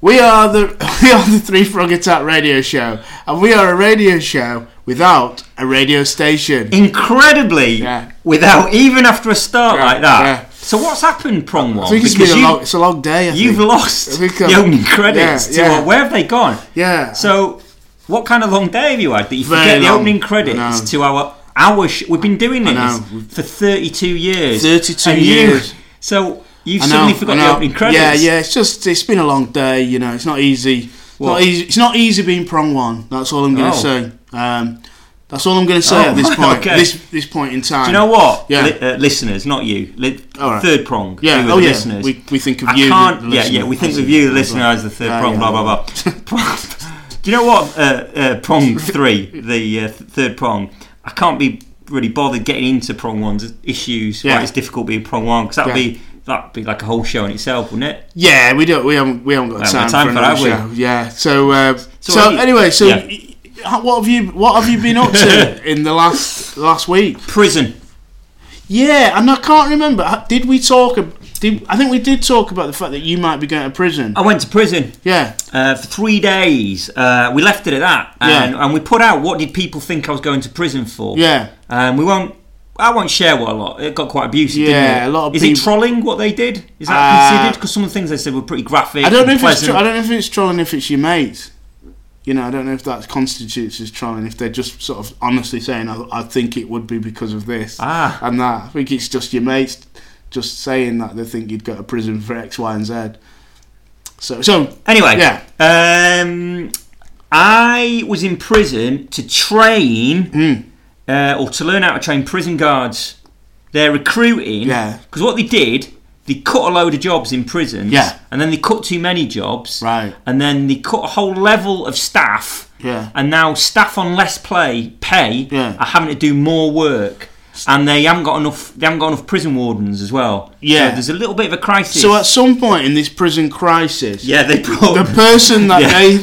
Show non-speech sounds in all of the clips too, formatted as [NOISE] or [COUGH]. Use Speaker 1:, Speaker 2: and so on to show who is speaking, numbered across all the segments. Speaker 1: We are the [LAUGHS] we are the Three Frog Attack Radio Show, and we are a radio show without a radio station.
Speaker 2: Incredibly,
Speaker 1: Yeah.
Speaker 2: without even after a start
Speaker 1: Yeah,
Speaker 2: like that.
Speaker 1: yeah.
Speaker 2: So what's happened, Prong One?
Speaker 1: I think it's
Speaker 2: Because
Speaker 1: been a
Speaker 2: you-
Speaker 1: long, it's a long day. I
Speaker 2: You've
Speaker 1: think.
Speaker 2: lost
Speaker 1: think I've-
Speaker 2: the opening credits
Speaker 1: yeah,
Speaker 2: to
Speaker 1: yeah.
Speaker 2: uh, where have they gone?
Speaker 1: yeah.
Speaker 2: So, what kind of long day have you had that you
Speaker 1: Very
Speaker 2: forget the
Speaker 1: long.
Speaker 2: opening
Speaker 1: I know.
Speaker 2: credits to our our? Sh- we've been doing this
Speaker 1: know.
Speaker 2: for thirty-two years.
Speaker 1: 32
Speaker 2: And you-
Speaker 1: years.
Speaker 2: so you've
Speaker 1: I know,
Speaker 2: suddenly
Speaker 1: I
Speaker 2: forgotten
Speaker 1: know.
Speaker 2: the opening credits.
Speaker 1: Yeah, yeah. It's just it's been a long day. You know, it's not easy. It's not
Speaker 2: What?
Speaker 1: easy. It's not easy being prong one. That's all I'm going to
Speaker 2: Oh.
Speaker 1: say. Um, that's all I'm going to say
Speaker 2: Oh,
Speaker 1: at
Speaker 2: [LAUGHS]
Speaker 1: this point.
Speaker 2: okay.
Speaker 1: This this point in time.
Speaker 2: Do you know what?
Speaker 1: Yeah.
Speaker 2: Li- uh, listeners, not you. Li-
Speaker 1: All right.
Speaker 2: Third prong.
Speaker 1: Yeah.
Speaker 2: You were
Speaker 1: oh
Speaker 2: the
Speaker 1: yeah.
Speaker 2: listeners.
Speaker 1: We, we think of
Speaker 2: I
Speaker 1: you. the-
Speaker 2: can't.
Speaker 1: the
Speaker 2: yeah,
Speaker 1: listener,
Speaker 2: yeah. We think
Speaker 1: as
Speaker 2: of
Speaker 1: a-
Speaker 2: you, the
Speaker 1: as a-
Speaker 2: listener, as the third
Speaker 1: Ah,
Speaker 2: prong.
Speaker 1: yeah.
Speaker 2: Blah blah
Speaker 1: [LAUGHS]
Speaker 2: blah. Do you know what? Uh, uh, prong three, the uh, th- third prong. I can't be really bothered getting into prong one's issues.
Speaker 1: Yeah.
Speaker 2: Why it's difficult being prong one because that'd
Speaker 1: Yeah.
Speaker 2: be that'd be like a whole show in itself, wouldn't it?
Speaker 1: Yeah, we don't. We haven't. We haven't got time,
Speaker 2: haven't got time
Speaker 1: for,
Speaker 2: for
Speaker 1: another
Speaker 2: that,
Speaker 1: show. Yeah. So. Uh, so
Speaker 2: So have you-
Speaker 1: anyway, so
Speaker 2: yeah.
Speaker 1: y- y- what have you? What have you been up [LAUGHS] to in the last last week?
Speaker 2: Prison.
Speaker 1: Yeah, and I can't remember. h- Did we talk? ab- Did I think we did talk about the fact that you might be going to prison?
Speaker 2: I went to prison
Speaker 1: Yeah.
Speaker 2: uh, for three days. Uh, we left it at that,
Speaker 1: Yeah.
Speaker 2: and, and we put out what did people think I was going to prison for.
Speaker 1: Yeah.
Speaker 2: Um, we won't. I won't share what a lot. It got quite abusive.
Speaker 1: Yeah,
Speaker 2: didn't it?
Speaker 1: a lot of
Speaker 2: Is
Speaker 1: peop-
Speaker 2: it trolling what they did? Is that
Speaker 1: Uh,
Speaker 2: considered? Because some of the things they said were pretty graphic.
Speaker 1: I don't
Speaker 2: and
Speaker 1: know if it's.
Speaker 2: pleasant.
Speaker 1: Tro- I don't know if it's trolling if it's your mate. You know, I don't know if that constitutes as trolling if they're just sort of honestly saying, "I, I think it would be because of this
Speaker 2: Ah.
Speaker 1: and that." I think it's just your mates just saying that they think you'd go to prison for X, Y, and Z. So, so
Speaker 2: Anyway,
Speaker 1: Yeah.
Speaker 2: Um, I was in prison to train
Speaker 1: Hmm.
Speaker 2: uh, or to learn how to train prison guards. They're recruiting.
Speaker 1: Yeah.
Speaker 2: Because what they did, they cut a load of jobs in prisons.
Speaker 1: Yeah.
Speaker 2: And then they cut too many jobs.
Speaker 1: Right.
Speaker 2: And then they cut a whole level of staff.
Speaker 1: Yeah.
Speaker 2: And now staff on less play pay
Speaker 1: Yeah.
Speaker 2: are having to do more work. And they haven't got enough. They haven't got enough prison wardens as well.
Speaker 1: Yeah.
Speaker 2: So there's a little bit of a crisis.
Speaker 1: so at some point in this prison crisis,
Speaker 2: yeah, they brought
Speaker 1: the person that
Speaker 2: Yeah. [LAUGHS]
Speaker 1: they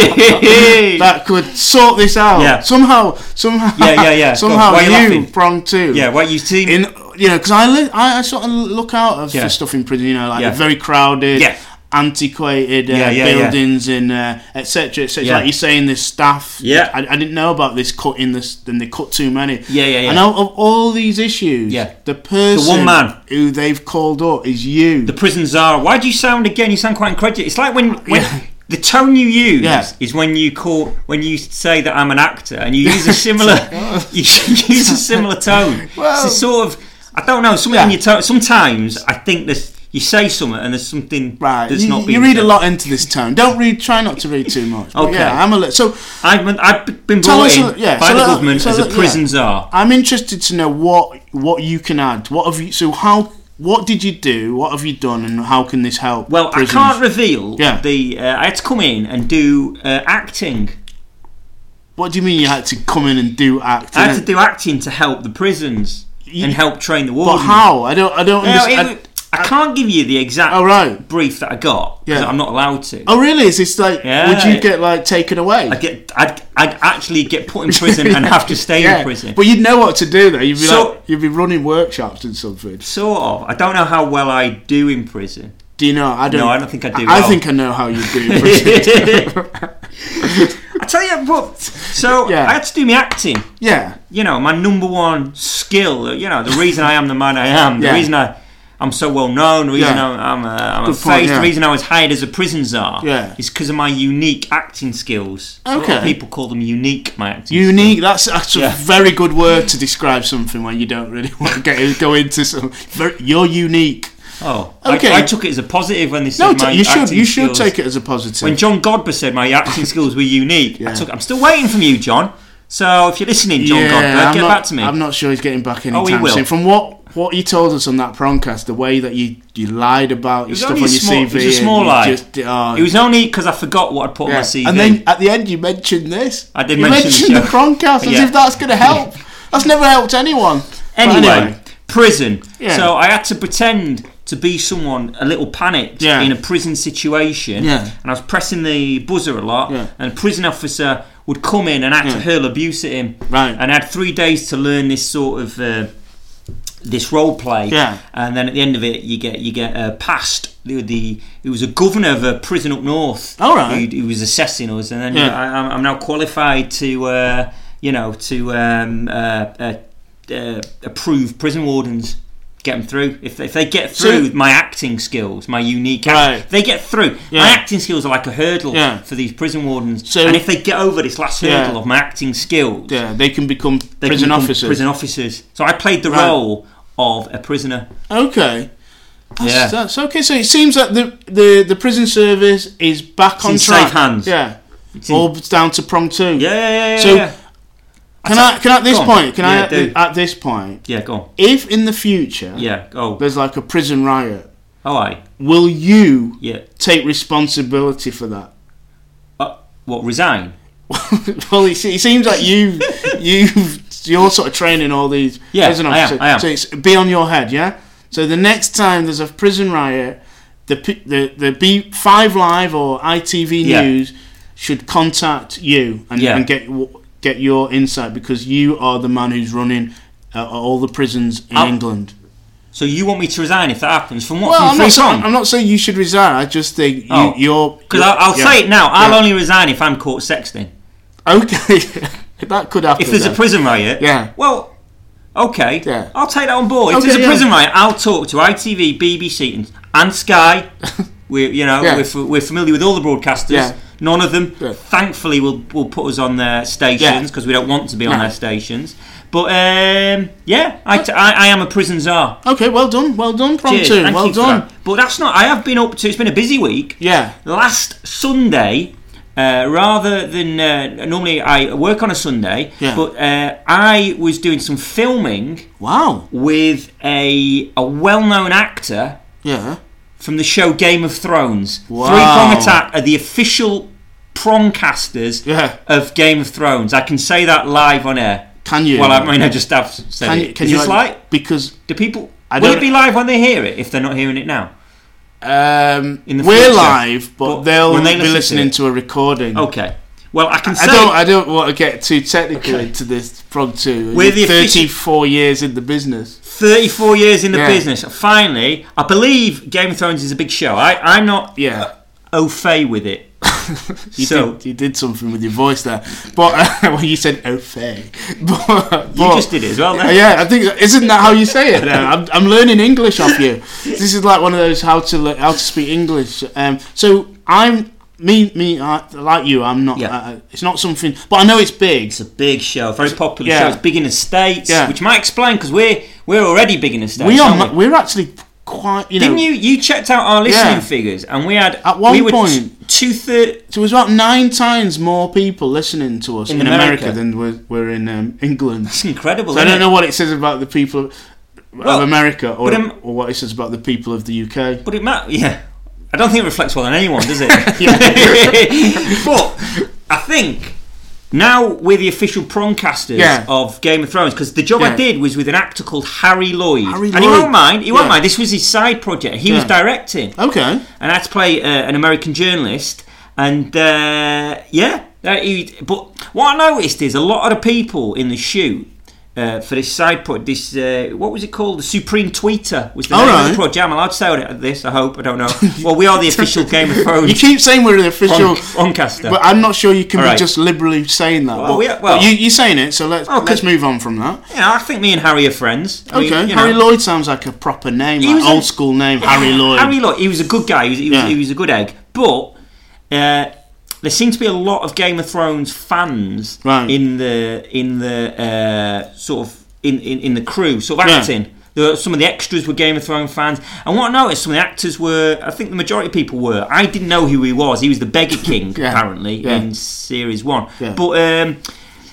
Speaker 1: thought that could sort this out
Speaker 2: Yeah.
Speaker 1: somehow, somehow,
Speaker 2: Yeah,
Speaker 1: [LAUGHS]
Speaker 2: yeah, yeah. Go on,
Speaker 1: somehow
Speaker 2: why are you
Speaker 1: you
Speaker 2: laughing?
Speaker 1: prong two,
Speaker 2: Yeah, what you see.
Speaker 1: in you know because I, li- I I sort of look out of
Speaker 2: Yeah.
Speaker 1: for stuff in prison you know like
Speaker 2: Yeah.
Speaker 1: the very crowded
Speaker 2: Yeah.
Speaker 1: antiquated uh,
Speaker 2: Yeah, yeah, yeah.
Speaker 1: buildings and etc uh, etc et
Speaker 2: Yeah.
Speaker 1: like you're saying this staff
Speaker 2: Yeah.
Speaker 1: I, I didn't know about this cut in this then they cut too many
Speaker 2: Yeah, yeah, yeah.
Speaker 1: and out of all these issues
Speaker 2: Yeah.
Speaker 1: the person
Speaker 2: one man.
Speaker 1: who they've called up is you
Speaker 2: the prison czar. Why do you sound again? You sound quite incredulous. It's like when, when
Speaker 1: Yeah.
Speaker 2: the tone you use
Speaker 1: Yeah.
Speaker 2: is when you call when you say that I'm an actor, and you
Speaker 1: [LAUGHS]
Speaker 2: use a similar [LAUGHS] you use a similar tone.
Speaker 1: oh. Well-
Speaker 2: it's a sort of I don't know. Something
Speaker 1: Yeah.
Speaker 2: in your tone. Sometimes I think there's you say something and there's something
Speaker 1: Right,
Speaker 2: that's
Speaker 1: you,
Speaker 2: not.
Speaker 1: you
Speaker 2: being
Speaker 1: read
Speaker 2: said.
Speaker 1: a lot into this tone. Don't read. Try not to read too much. But
Speaker 2: Okay.
Speaker 1: yeah, I'm a little. So
Speaker 2: I've been, I've been
Speaker 1: Tell
Speaker 2: brought
Speaker 1: us
Speaker 2: in
Speaker 1: a- yeah,
Speaker 2: by
Speaker 1: so
Speaker 2: the
Speaker 1: let-
Speaker 2: government
Speaker 1: so
Speaker 2: as
Speaker 1: let-
Speaker 2: a
Speaker 1: yeah.
Speaker 2: prison czar.
Speaker 1: I'm interested to know what what you can add. What have you? So how? What did you do? What have you done? And how can this help?
Speaker 2: Well,
Speaker 1: prisons?
Speaker 2: I can't reveal
Speaker 1: Yeah.
Speaker 2: the. Uh, I had to come in and do uh, acting.
Speaker 1: What do you mean you had to come in and do acting?
Speaker 2: I had to do acting to help the prisons
Speaker 1: You-
Speaker 2: and help train the
Speaker 1: But
Speaker 2: wardens.
Speaker 1: how? I don't. I don't
Speaker 2: Now,
Speaker 1: understand.
Speaker 2: it- I can't give you the exact
Speaker 1: oh right.
Speaker 2: brief that I got because
Speaker 1: Yeah.
Speaker 2: I'm not allowed to.
Speaker 1: Oh really? Is this like?
Speaker 2: Yeah,
Speaker 1: would you
Speaker 2: it-
Speaker 1: get like taken away?
Speaker 2: I'd get, I'd, I'd actually get put in prison and have
Speaker 1: [LAUGHS]
Speaker 2: to stay
Speaker 1: yeah.
Speaker 2: in prison.
Speaker 1: But you'd know what to do though. You'd be
Speaker 2: So-
Speaker 1: like, you'd be running workshops and something.
Speaker 2: sort of. I don't know how well I do in prison.
Speaker 1: Do you know? I don't.
Speaker 2: No, I don't think I do
Speaker 1: I,
Speaker 2: well.
Speaker 1: think I know how you
Speaker 2: [LAUGHS]
Speaker 1: do. prison.
Speaker 2: I tell you what. So
Speaker 1: Yeah.
Speaker 2: I had to do my acting.
Speaker 1: yeah.
Speaker 2: You know, my number one skill. You know, the reason I am the man I am. The
Speaker 1: Yeah.
Speaker 2: reason I. I'm so well known. The reason
Speaker 1: Yeah.
Speaker 2: I'm, I'm a, I'm a
Speaker 1: Good point,
Speaker 2: face.
Speaker 1: yeah.
Speaker 2: The reason I was hired as a prison czar
Speaker 1: Yeah.
Speaker 2: is because of my unique acting skills. A lot of
Speaker 1: Okay.
Speaker 2: people call them unique. My acting. skills.
Speaker 1: Unique. That's that's
Speaker 2: Yeah.
Speaker 1: a very good word to describe something when you don't really [LAUGHS] want to get, go into some. Very, you're unique.
Speaker 2: Oh, I-
Speaker 1: Okay.
Speaker 2: I, took it as a positive when they said
Speaker 1: No,
Speaker 2: my
Speaker 1: t- you should
Speaker 2: acting
Speaker 1: you should
Speaker 2: skills-
Speaker 1: take it as a positive.
Speaker 2: When John Godber said my acting skills were unique,
Speaker 1: Yeah.
Speaker 2: I took. I'm still waiting from you, John. So if you're listening, John
Speaker 1: yeah,
Speaker 2: Godber,
Speaker 1: I'm
Speaker 2: get
Speaker 1: not,
Speaker 2: back to me.
Speaker 1: I'm not sure he's getting back anytime
Speaker 2: Oh, he will.
Speaker 1: soon. From what what you told us on that promcast, the way that you you lied about your
Speaker 2: was
Speaker 1: stuff on
Speaker 2: only
Speaker 1: your
Speaker 2: a
Speaker 1: CV,
Speaker 2: small- it was a
Speaker 1: and
Speaker 2: small
Speaker 1: you
Speaker 2: lie.
Speaker 1: Just, oh,
Speaker 2: it was only because I forgot what I put
Speaker 1: yeah.
Speaker 2: on my CV.
Speaker 1: And then at the end, you mentioned this.
Speaker 2: I did
Speaker 1: you
Speaker 2: mention the
Speaker 1: mentioned the,
Speaker 2: show.
Speaker 1: promcast as
Speaker 2: Yeah.
Speaker 1: if that's going to help. That's never helped anyone. But
Speaker 2: anyway, prison.
Speaker 1: Yeah.
Speaker 2: So I had to pretend to be someone a little panicked
Speaker 1: Yeah.
Speaker 2: in a prison situation.
Speaker 1: Yeah.
Speaker 2: And I was pressing the buzzer a lot.
Speaker 1: Yeah.
Speaker 2: And a prison officer would come in and act to hurl abuse at him.
Speaker 1: Right.
Speaker 2: And I had three days to learn this sort of uh, this role play.
Speaker 1: Yeah.
Speaker 2: And then at the end of it, you get you get uh, passed the, the it was a governor of a prison up north.
Speaker 1: All right.
Speaker 2: who, who was assessing us, and then
Speaker 1: Yeah.
Speaker 2: I, I'm- I'm now qualified to uh, you know to um, uh, uh, uh, approve prison wardens. Get them through. If they, if they get
Speaker 1: So-
Speaker 2: through my acting skills, my unique, act-
Speaker 1: Right.
Speaker 2: if they get through.
Speaker 1: Yeah.
Speaker 2: My acting skills are like a hurdle
Speaker 1: Yeah.
Speaker 2: for these prison wardens,
Speaker 1: So-
Speaker 2: and if they get over this last
Speaker 1: Yeah.
Speaker 2: hurdle of my acting skills,
Speaker 1: Yeah, they can become
Speaker 2: they
Speaker 1: prison
Speaker 2: can become
Speaker 1: officers.
Speaker 2: Prison officers. So I played the
Speaker 1: Right.
Speaker 2: role of a prisoner.
Speaker 1: Okay. That's,
Speaker 2: Yeah.
Speaker 1: that's okay. So it seems that the the, the prison service is back on
Speaker 2: in
Speaker 1: track.
Speaker 2: safe hands.
Speaker 1: Yeah.
Speaker 2: in-
Speaker 1: All down to prong two.
Speaker 2: Yeah, yeah, yeah, yeah.
Speaker 1: So-
Speaker 2: yeah.
Speaker 1: Can I can I at this
Speaker 2: Go on.
Speaker 1: point? Can I
Speaker 2: Yeah,
Speaker 1: at, thi-
Speaker 2: do.
Speaker 1: at this point?
Speaker 2: yeah, go on.
Speaker 1: If in the future
Speaker 2: Yeah, oh,
Speaker 1: there's like a prison riot,
Speaker 2: all right.
Speaker 1: will you
Speaker 2: Yeah.
Speaker 1: take responsibility for that?
Speaker 2: Uh, what resign?
Speaker 1: [LAUGHS] well, it, se- it seems like you you you're sort of training all these
Speaker 2: Yeah,
Speaker 1: prison
Speaker 2: I am,
Speaker 1: officers.
Speaker 2: I am.
Speaker 1: So it's be on your head, yeah. So the next time there's a prison riot, the p- the the B Five Live or ITV
Speaker 2: Yeah.
Speaker 1: News should contact you and,
Speaker 2: Yeah.
Speaker 1: and get w- get your insight because you are the man who's running uh, all the prisons in
Speaker 2: I'll-
Speaker 1: England.
Speaker 2: So you want me to resign if that happens? From what?
Speaker 1: Well, I'm
Speaker 2: from free
Speaker 1: not, saying,
Speaker 2: song?
Speaker 1: I'm not saying you should resign. I just think you,
Speaker 2: Oh.
Speaker 1: you're
Speaker 2: Because I'll, I'll
Speaker 1: yeah.
Speaker 2: say it now. I'll
Speaker 1: Yeah.
Speaker 2: only resign if I'm caught sexting.
Speaker 1: Okay, [LAUGHS] that could happen.
Speaker 2: If there's a
Speaker 1: yeah.
Speaker 2: prison riot.
Speaker 1: Yeah.
Speaker 2: Well. Okay,
Speaker 1: Yeah.
Speaker 2: I'll take that on board. If
Speaker 1: Okay,
Speaker 2: there's a
Speaker 1: yeah.
Speaker 2: prison riot, I'll talk to ITV, BBC, and, and
Speaker 1: [LAUGHS]
Speaker 2: Sky. We're you know
Speaker 1: Yeah.
Speaker 2: we're, f- we're familiar with all the broadcasters.
Speaker 1: Yeah.
Speaker 2: None of them,
Speaker 1: Yeah.
Speaker 2: thankfully, will will put us on their stations because we don't want to be on
Speaker 1: No.
Speaker 2: their stations. But um, yeah, I, t- I I am a prison czar.
Speaker 1: Okay, well done, well done, prong
Speaker 2: Cheers,
Speaker 1: two,
Speaker 2: thank
Speaker 1: well
Speaker 2: you for
Speaker 1: done.
Speaker 2: that. But that's not. I have been up to. It's been a busy week.
Speaker 1: Yeah,
Speaker 2: Last Sunday, uh, rather than uh, normally I work on a Sunday,
Speaker 1: Yeah.
Speaker 2: but uh, I was doing some filming
Speaker 1: wow.
Speaker 2: with a a well-known actor
Speaker 1: Yeah.
Speaker 2: from the show Game of Thrones.
Speaker 1: Wow.
Speaker 2: Three Prong Attack are the official prongcasters
Speaker 1: Yeah.
Speaker 2: of Game of Thrones. I can say that live on air.
Speaker 1: Can you?
Speaker 2: Well, I mean, I just have said
Speaker 1: can
Speaker 2: it.
Speaker 1: you? Can
Speaker 2: Is
Speaker 1: you
Speaker 2: this
Speaker 1: like,
Speaker 2: live?
Speaker 1: because
Speaker 2: Do people?
Speaker 1: I
Speaker 2: will
Speaker 1: don't-
Speaker 2: it be live when they hear it if they're not hearing it now?
Speaker 1: um,
Speaker 2: In the
Speaker 1: we're
Speaker 2: future.
Speaker 1: live, but,
Speaker 2: But
Speaker 1: they'll
Speaker 2: when they
Speaker 1: be
Speaker 2: listen to
Speaker 1: listening
Speaker 2: it-
Speaker 1: to, a recording.
Speaker 2: Okay. Well, I can
Speaker 1: I
Speaker 2: say
Speaker 1: don't. I don't want to get too technical
Speaker 2: Okay.
Speaker 1: into this prong two.
Speaker 2: We're
Speaker 1: You're
Speaker 2: the offici-
Speaker 1: thirty-four years in the business.
Speaker 2: 34 years in the
Speaker 1: Yeah.
Speaker 2: business. Finally, I believe Game of Thrones is a big show. I, I'm not
Speaker 1: Yeah.
Speaker 2: au fait with it.
Speaker 1: [LAUGHS] You
Speaker 2: Uh, so
Speaker 1: did, you did something with your voice there, but [LAUGHS] uh, when you said "au fait," but, [LAUGHS] but
Speaker 2: you just did it as well.
Speaker 1: Uh,
Speaker 2: Then.
Speaker 1: yeah, I think isn't that how you say [LAUGHS] it? Now? I'm, I'm learning English off you. This is like one of those how to le- how to speak English. Um, so I'm me me I, like you. I'm not.
Speaker 2: Yeah.
Speaker 1: Uh, it's not something, but I know it's big.
Speaker 2: It's a big show, very popular
Speaker 1: Yeah.
Speaker 2: show. It's big in the states,
Speaker 1: Yeah.
Speaker 2: which might explain because we're we're already big in the states.
Speaker 1: We are.
Speaker 2: aren't
Speaker 1: ma- We're actually quite. You know,
Speaker 2: Didn't you you checked out our listening
Speaker 1: Yeah.
Speaker 2: figures and we had
Speaker 1: At one
Speaker 2: we were
Speaker 1: point-
Speaker 2: two third
Speaker 1: So there's about nine times more people listening to us in,
Speaker 2: In
Speaker 1: America.
Speaker 2: America.
Speaker 1: than we're, we're in um, England.
Speaker 2: It's incredible.
Speaker 1: So I
Speaker 2: isn't
Speaker 1: don't
Speaker 2: it?
Speaker 1: know what it says about the people
Speaker 2: Well,
Speaker 1: of America, or,
Speaker 2: but, um,
Speaker 1: or what it says about the people of the UK.
Speaker 2: But it might, yeah. I don't think it reflects well on anyone,
Speaker 1: [LAUGHS]
Speaker 2: does it? [LAUGHS]
Speaker 1: Yeah.
Speaker 2: but I think now we're the official prongcasters
Speaker 1: Yeah.
Speaker 2: of Game of Thrones because the job
Speaker 1: Yeah.
Speaker 2: I did was with an actor called Harry Lloyd,
Speaker 1: Harry
Speaker 2: and he
Speaker 1: Lloyd.
Speaker 2: won't mind. He won't
Speaker 1: Yeah.
Speaker 2: mind. This was his side project. He was
Speaker 1: Yeah.
Speaker 2: directing,
Speaker 1: Okay.
Speaker 2: and I had to play uh, an American journalist. And uh, yeah, uh, he, but what I noticed is a lot of the people in the shoot. Uh, for this side project, this uh, what was it called? The Supreme Tweeter was the
Speaker 1: All
Speaker 2: name
Speaker 1: right.
Speaker 2: of the project. I'm allowed to say it at this. I hope. I don't know. well, we are the official
Speaker 1: [LAUGHS]
Speaker 2: Game of
Speaker 1: You
Speaker 2: Thrones
Speaker 1: keep saying we're the official.
Speaker 2: on- oncaster.
Speaker 1: But I'm not sure you can
Speaker 2: All
Speaker 1: be
Speaker 2: right.
Speaker 1: just liberally saying that.
Speaker 2: Well,
Speaker 1: but,
Speaker 2: we are- well-
Speaker 1: but you, you're saying it, so let's
Speaker 2: Oh, 'cause-
Speaker 1: let's move on from that.
Speaker 2: you know, I think me and Harry are friends. I mean,
Speaker 1: okay,
Speaker 2: you know.
Speaker 1: Harry Lloyd sounds like a proper name, like
Speaker 2: was a-
Speaker 1: old school name, [LAUGHS] Harry Lloyd.
Speaker 2: Harry Lloyd. He was a good guy. He was, he was,
Speaker 1: Yeah.
Speaker 2: he was a good egg. But uh, there seems to be a lot of Game of Thrones fans
Speaker 1: Right.
Speaker 2: in the in the uh, sort of in, in, in the crew, sort of
Speaker 1: Yeah.
Speaker 2: acting. There were, some of the extras were Game of Thrones fans, and what I noticed, some of the actors were. I think the majority of people were. I didn't know who he was. He was the
Speaker 1: [LAUGHS]
Speaker 2: Beggar King,
Speaker 1: Yeah.
Speaker 2: apparently,
Speaker 1: Yeah.
Speaker 2: in series one.
Speaker 1: Yeah.
Speaker 2: But um,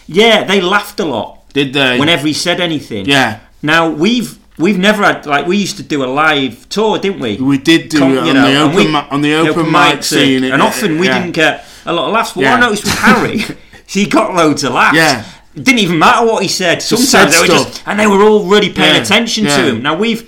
Speaker 2: yeah, they laughed a lot
Speaker 1: Did they?
Speaker 2: whenever he said anything.
Speaker 1: yeah,
Speaker 2: Now we've we've never had like we used to do a live tour, didn't we?
Speaker 1: we did do
Speaker 2: Come-
Speaker 1: it
Speaker 2: you
Speaker 1: on,
Speaker 2: know,
Speaker 1: the
Speaker 2: and
Speaker 1: open
Speaker 2: we-
Speaker 1: mi- on the open mic scene, it-
Speaker 2: and often we
Speaker 1: yeah.
Speaker 2: didn't get a lot of laughs. But
Speaker 1: Yeah.
Speaker 2: what I noticed with
Speaker 1: [LAUGHS]
Speaker 2: Harry, he got loads of laughs.
Speaker 1: Yeah.
Speaker 2: It didn't even matter what he said. Sometimes
Speaker 1: said
Speaker 2: they were
Speaker 1: stuff.
Speaker 2: just and they were all really paying
Speaker 1: Yeah.
Speaker 2: attention
Speaker 1: Yeah.
Speaker 2: to him. Now we've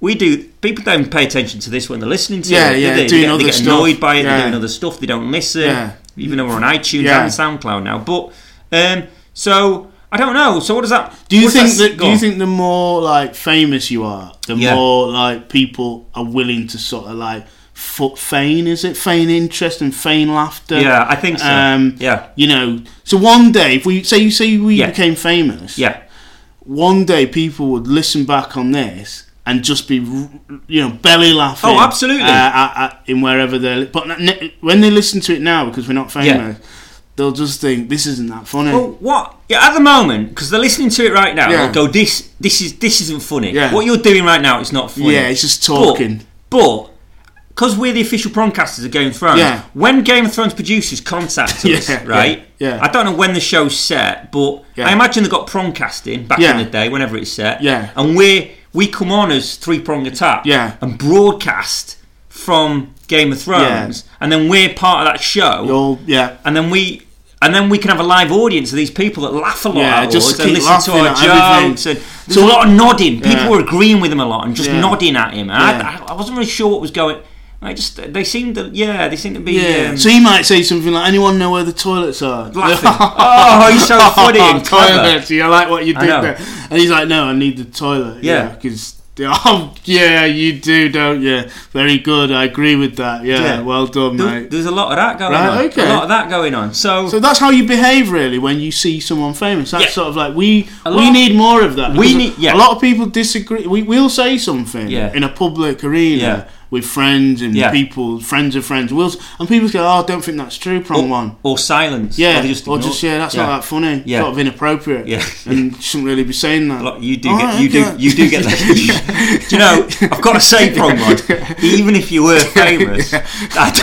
Speaker 2: we do people don't pay attention to this when they're listening to
Speaker 1: Yeah,
Speaker 2: it. do
Speaker 1: yeah,
Speaker 2: they? they?
Speaker 1: doing
Speaker 2: get,
Speaker 1: other
Speaker 2: they get
Speaker 1: stuff.
Speaker 2: annoyed by it.
Speaker 1: Yeah.
Speaker 2: They're doing other stuff. They don't listen.
Speaker 1: Yeah.
Speaker 2: Even though we're on iTunes
Speaker 1: Yeah.
Speaker 2: and SoundCloud now, but um, so I don't know. So what does that?
Speaker 1: Do you
Speaker 2: what
Speaker 1: think
Speaker 2: does
Speaker 1: that?
Speaker 2: go
Speaker 1: Do you
Speaker 2: on.
Speaker 1: think the more like famous you are, the
Speaker 2: Yeah.
Speaker 1: more like people are willing to sort of like f- feign, is it? Feign interest and feign laughter.
Speaker 2: Yeah, I think so.
Speaker 1: Um,
Speaker 2: yeah,
Speaker 1: You know, so one day, if we say you say we
Speaker 2: Yeah.
Speaker 1: became famous,
Speaker 2: yeah,
Speaker 1: one day people would listen back on this and just be, you know, belly laughing.
Speaker 2: Oh, absolutely.
Speaker 1: Uh, at, at, in wherever they're, li- but n- when they listen to it now because we're not famous, they'll just think this isn't that funny.
Speaker 2: Well, what? Yeah, at the moment, because they're listening to it right now,
Speaker 1: Yeah.
Speaker 2: they'll go, "This, this is this isn't funny.
Speaker 1: Yeah.
Speaker 2: What you're doing right now, it's not funny."
Speaker 1: Yeah, it's just talking.
Speaker 2: But because we're the official broadcasters of Game of Thrones,
Speaker 1: Yeah.
Speaker 2: when Game of Thrones producers contact
Speaker 1: [LAUGHS]
Speaker 2: us,
Speaker 1: Yeah,
Speaker 2: right?
Speaker 1: yeah, yeah.
Speaker 2: I don't know when the show's set, but
Speaker 1: Yeah.
Speaker 2: I imagine they got promcasting back
Speaker 1: Yeah.
Speaker 2: in the day, whenever it's set.
Speaker 1: Yeah.
Speaker 2: And we we come on as three prong attack.
Speaker 1: Yeah.
Speaker 2: And broadcast from Game of Thrones, and then we're part of that show
Speaker 1: You'll- yeah.
Speaker 2: and then we and then we can have a live audience of these people that laugh a lot
Speaker 1: Yeah,
Speaker 2: at
Speaker 1: just
Speaker 2: us and
Speaker 1: keep
Speaker 2: listen to
Speaker 1: laughing
Speaker 2: our
Speaker 1: at everything.
Speaker 2: jokes. And there's
Speaker 1: So-
Speaker 2: a lot of nodding. People
Speaker 1: Yeah.
Speaker 2: were agreeing with him a lot and just
Speaker 1: Yeah.
Speaker 2: nodding at him. And
Speaker 1: Yeah.
Speaker 2: I, I wasn't really sure what was going. I just they seemed to yeah they seemed to be
Speaker 1: Yeah.
Speaker 2: um,
Speaker 1: so he might say something like, "Anyone know where the toilets are?" [LAUGHS]
Speaker 2: laughing. oh, he's so funny and clever.
Speaker 1: toilets. Yeah, I like what you
Speaker 2: I
Speaker 1: did
Speaker 2: know.
Speaker 1: there. And he's like, "No, I need the toilet."
Speaker 2: Yeah.
Speaker 1: because. Oh yeah, you do, don't you? Very good. I agree with that. Yeah,
Speaker 2: Yeah.
Speaker 1: well done,
Speaker 2: There-
Speaker 1: mate.
Speaker 2: There's a lot of that going
Speaker 1: Right,
Speaker 2: on.
Speaker 1: okay.
Speaker 2: A lot of that going on. So,
Speaker 1: So that's how you behave, really, when you see someone famous. That's
Speaker 2: Yeah.
Speaker 1: sort of like we we
Speaker 2: lot-
Speaker 1: need more of that.
Speaker 2: We
Speaker 1: because
Speaker 2: need- yeah.
Speaker 1: A lot of people disagree. We will say something
Speaker 2: Yeah.
Speaker 1: in a public arena
Speaker 2: Yeah.
Speaker 1: with friends and
Speaker 2: Yeah.
Speaker 1: people, friends of friends. Will and people go, "Oh, I don't think that's true." Prong one.
Speaker 2: or silence.
Speaker 1: Yeah,
Speaker 2: Or, they just
Speaker 1: or
Speaker 2: ignore-
Speaker 1: just yeah, that's not that funny.
Speaker 2: Yeah.
Speaker 1: sort of inappropriate.
Speaker 2: Yeah.
Speaker 1: and you shouldn't really be saying that.
Speaker 2: Like, you do
Speaker 1: All
Speaker 2: get
Speaker 1: right,
Speaker 2: you do
Speaker 1: okay.
Speaker 2: you
Speaker 1: [LAUGHS]
Speaker 2: do get that. do you know? I've got to say, Promrod, even if you
Speaker 1: [LAUGHS]
Speaker 2: were famous,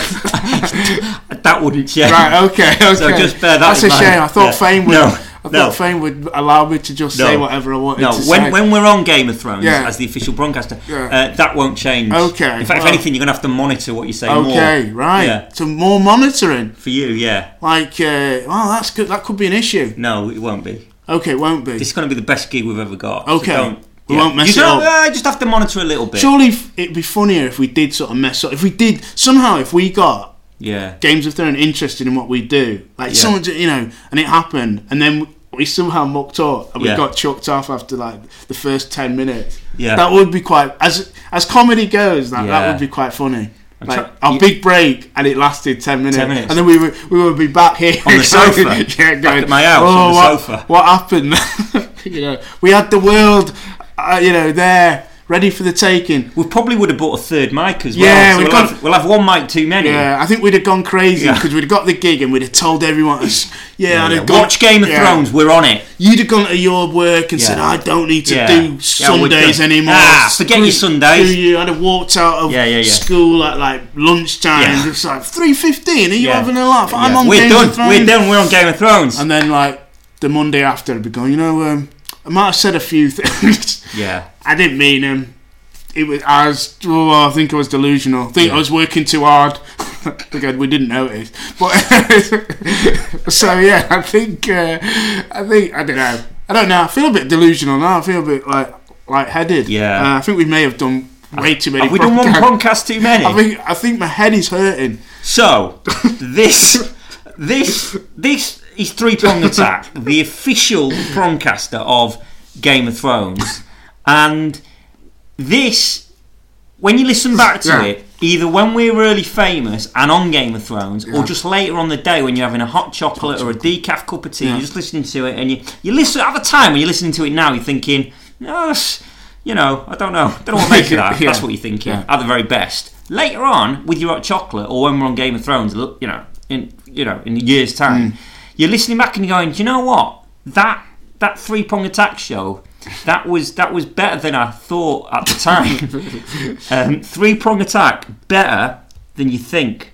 Speaker 2: that, [LAUGHS] that wouldn't change.
Speaker 1: Right, okay, okay.
Speaker 2: So just bear that
Speaker 1: That's
Speaker 2: in
Speaker 1: a
Speaker 2: mind.
Speaker 1: shame. I thought
Speaker 2: Yeah.
Speaker 1: fame would.
Speaker 2: No,
Speaker 1: I thought
Speaker 2: no.
Speaker 1: fame would allow me to just
Speaker 2: No.
Speaker 1: say whatever I wanted
Speaker 2: No,
Speaker 1: to say.
Speaker 2: when, when we're on Game of Thrones
Speaker 1: Yeah.
Speaker 2: as the official broadcaster,
Speaker 1: Yeah.
Speaker 2: uh, that won't change.
Speaker 1: Okay,
Speaker 2: In fact, if
Speaker 1: well-
Speaker 2: anything, you're going to have to monitor what you say more.
Speaker 1: okay, right.
Speaker 2: Yeah.
Speaker 1: So more monitoring.
Speaker 2: For you, yeah.
Speaker 1: Like, uh, well, that's good. That could be an issue.
Speaker 2: No, it won't be.
Speaker 1: Okay, it won't be.
Speaker 2: This is going to be the best gig we've ever got. so
Speaker 1: Okay.
Speaker 2: don't-
Speaker 1: We won't mess
Speaker 2: you
Speaker 1: it
Speaker 2: don't,
Speaker 1: up.
Speaker 2: Uh, just have to monitor a little bit.
Speaker 1: Surely f- it'd be funnier if we did sort of mess up. If we did somehow, if we got
Speaker 2: Yeah.
Speaker 1: Games of Thrones interested in what we do, like
Speaker 2: Yeah.
Speaker 1: someone, you know, and it happened, and then we somehow mucked up and we
Speaker 2: Yeah.
Speaker 1: got chucked off after like the first ten minutes.
Speaker 2: Yeah.
Speaker 1: that would be quite as as comedy goes. That that
Speaker 2: Yeah.
Speaker 1: would be quite funny. Like
Speaker 2: try-
Speaker 1: our
Speaker 2: you-
Speaker 1: big break, and it lasted ten minutes,
Speaker 2: minutes.
Speaker 1: and then we were, we would be back here
Speaker 2: On
Speaker 1: [LAUGHS]
Speaker 2: the sofa.
Speaker 1: yeah, going,
Speaker 2: Back at my house
Speaker 1: "Oh,
Speaker 2: on the
Speaker 1: what-
Speaker 2: sofa."
Speaker 1: What happened? [LAUGHS] you know, we had the world, uh, you know, there ready for the taking.
Speaker 2: We probably would have bought a third mic as
Speaker 1: Yeah,
Speaker 2: well.
Speaker 1: we've
Speaker 2: we'll,
Speaker 1: got-
Speaker 2: have, we'll have one mic too many.
Speaker 1: Yeah, I think we'd have gone crazy
Speaker 2: Yeah.
Speaker 1: because we'd have got the gig and we'd have told everyone. us- Yeah, I'd
Speaker 2: Yeah,
Speaker 1: have gone,
Speaker 2: Watch Game of
Speaker 1: yeah.
Speaker 2: Thrones. We're on it.
Speaker 1: You'd have gone to your work and said,
Speaker 2: Yeah.
Speaker 1: "I don't need to
Speaker 2: Yeah. Yeah,
Speaker 1: do
Speaker 2: we'd
Speaker 1: Sundays
Speaker 2: go,
Speaker 1: anymore."
Speaker 2: "Ah, forget your
Speaker 1: Screw-
Speaker 2: Sundays."
Speaker 1: screw you. I'd have walked out of
Speaker 2: Yeah, yeah, yeah.
Speaker 1: school at like lunchtime.
Speaker 2: Yeah.
Speaker 1: and It's like three fifteen. Are you
Speaker 2: Yeah.
Speaker 1: having a laugh? I'm
Speaker 2: Yeah.
Speaker 1: on
Speaker 2: we're
Speaker 1: Game
Speaker 2: done.
Speaker 1: of Thrones.
Speaker 2: We're done. We're on Game of Thrones.
Speaker 1: And then like the Monday after, I'd be going, you know, um, I might have said a few [LAUGHS] things.
Speaker 2: yeah.
Speaker 1: I didn't mean them. It was I was. Oh, I think I was delusional. I think I
Speaker 2: Yeah.
Speaker 1: was working too hard. [LAUGHS] Again, we didn't notice. But [LAUGHS] so yeah, I think uh, I think I don't know. I don't know. I feel a bit delusional now. I feel a bit like lightheaded.
Speaker 2: Yeah.
Speaker 1: Uh, I think we may have done way too many.
Speaker 2: Have we done one
Speaker 1: podcasts.
Speaker 2: podcast too many?
Speaker 1: I think I think my head is hurting.
Speaker 2: so this, this, this is three prong attack. the official prongcaster of Game of Thrones, and this, when you listen back to
Speaker 1: Yeah.
Speaker 2: it, either when we're really famous and on Game of Thrones, or just later on the day when you're having a hot chocolate or a decaf cup of tea, you're just listening to it, and you you listen at the time when you're listening to it now, you're thinking, no, that's, you know, I don't know, I don't know what to make of that.
Speaker 1: Yeah.
Speaker 2: That's what you're thinking at the very best. Later on, with your hot chocolate, or when we're on Game of Thrones, l- you know, in you know, in a year's
Speaker 1: Mm.
Speaker 2: time, you're listening back and you're going, do you know what that that three prong attack show. That was that was better than I
Speaker 1: [LAUGHS]
Speaker 2: thought at the time. um, three prong attack better than you think.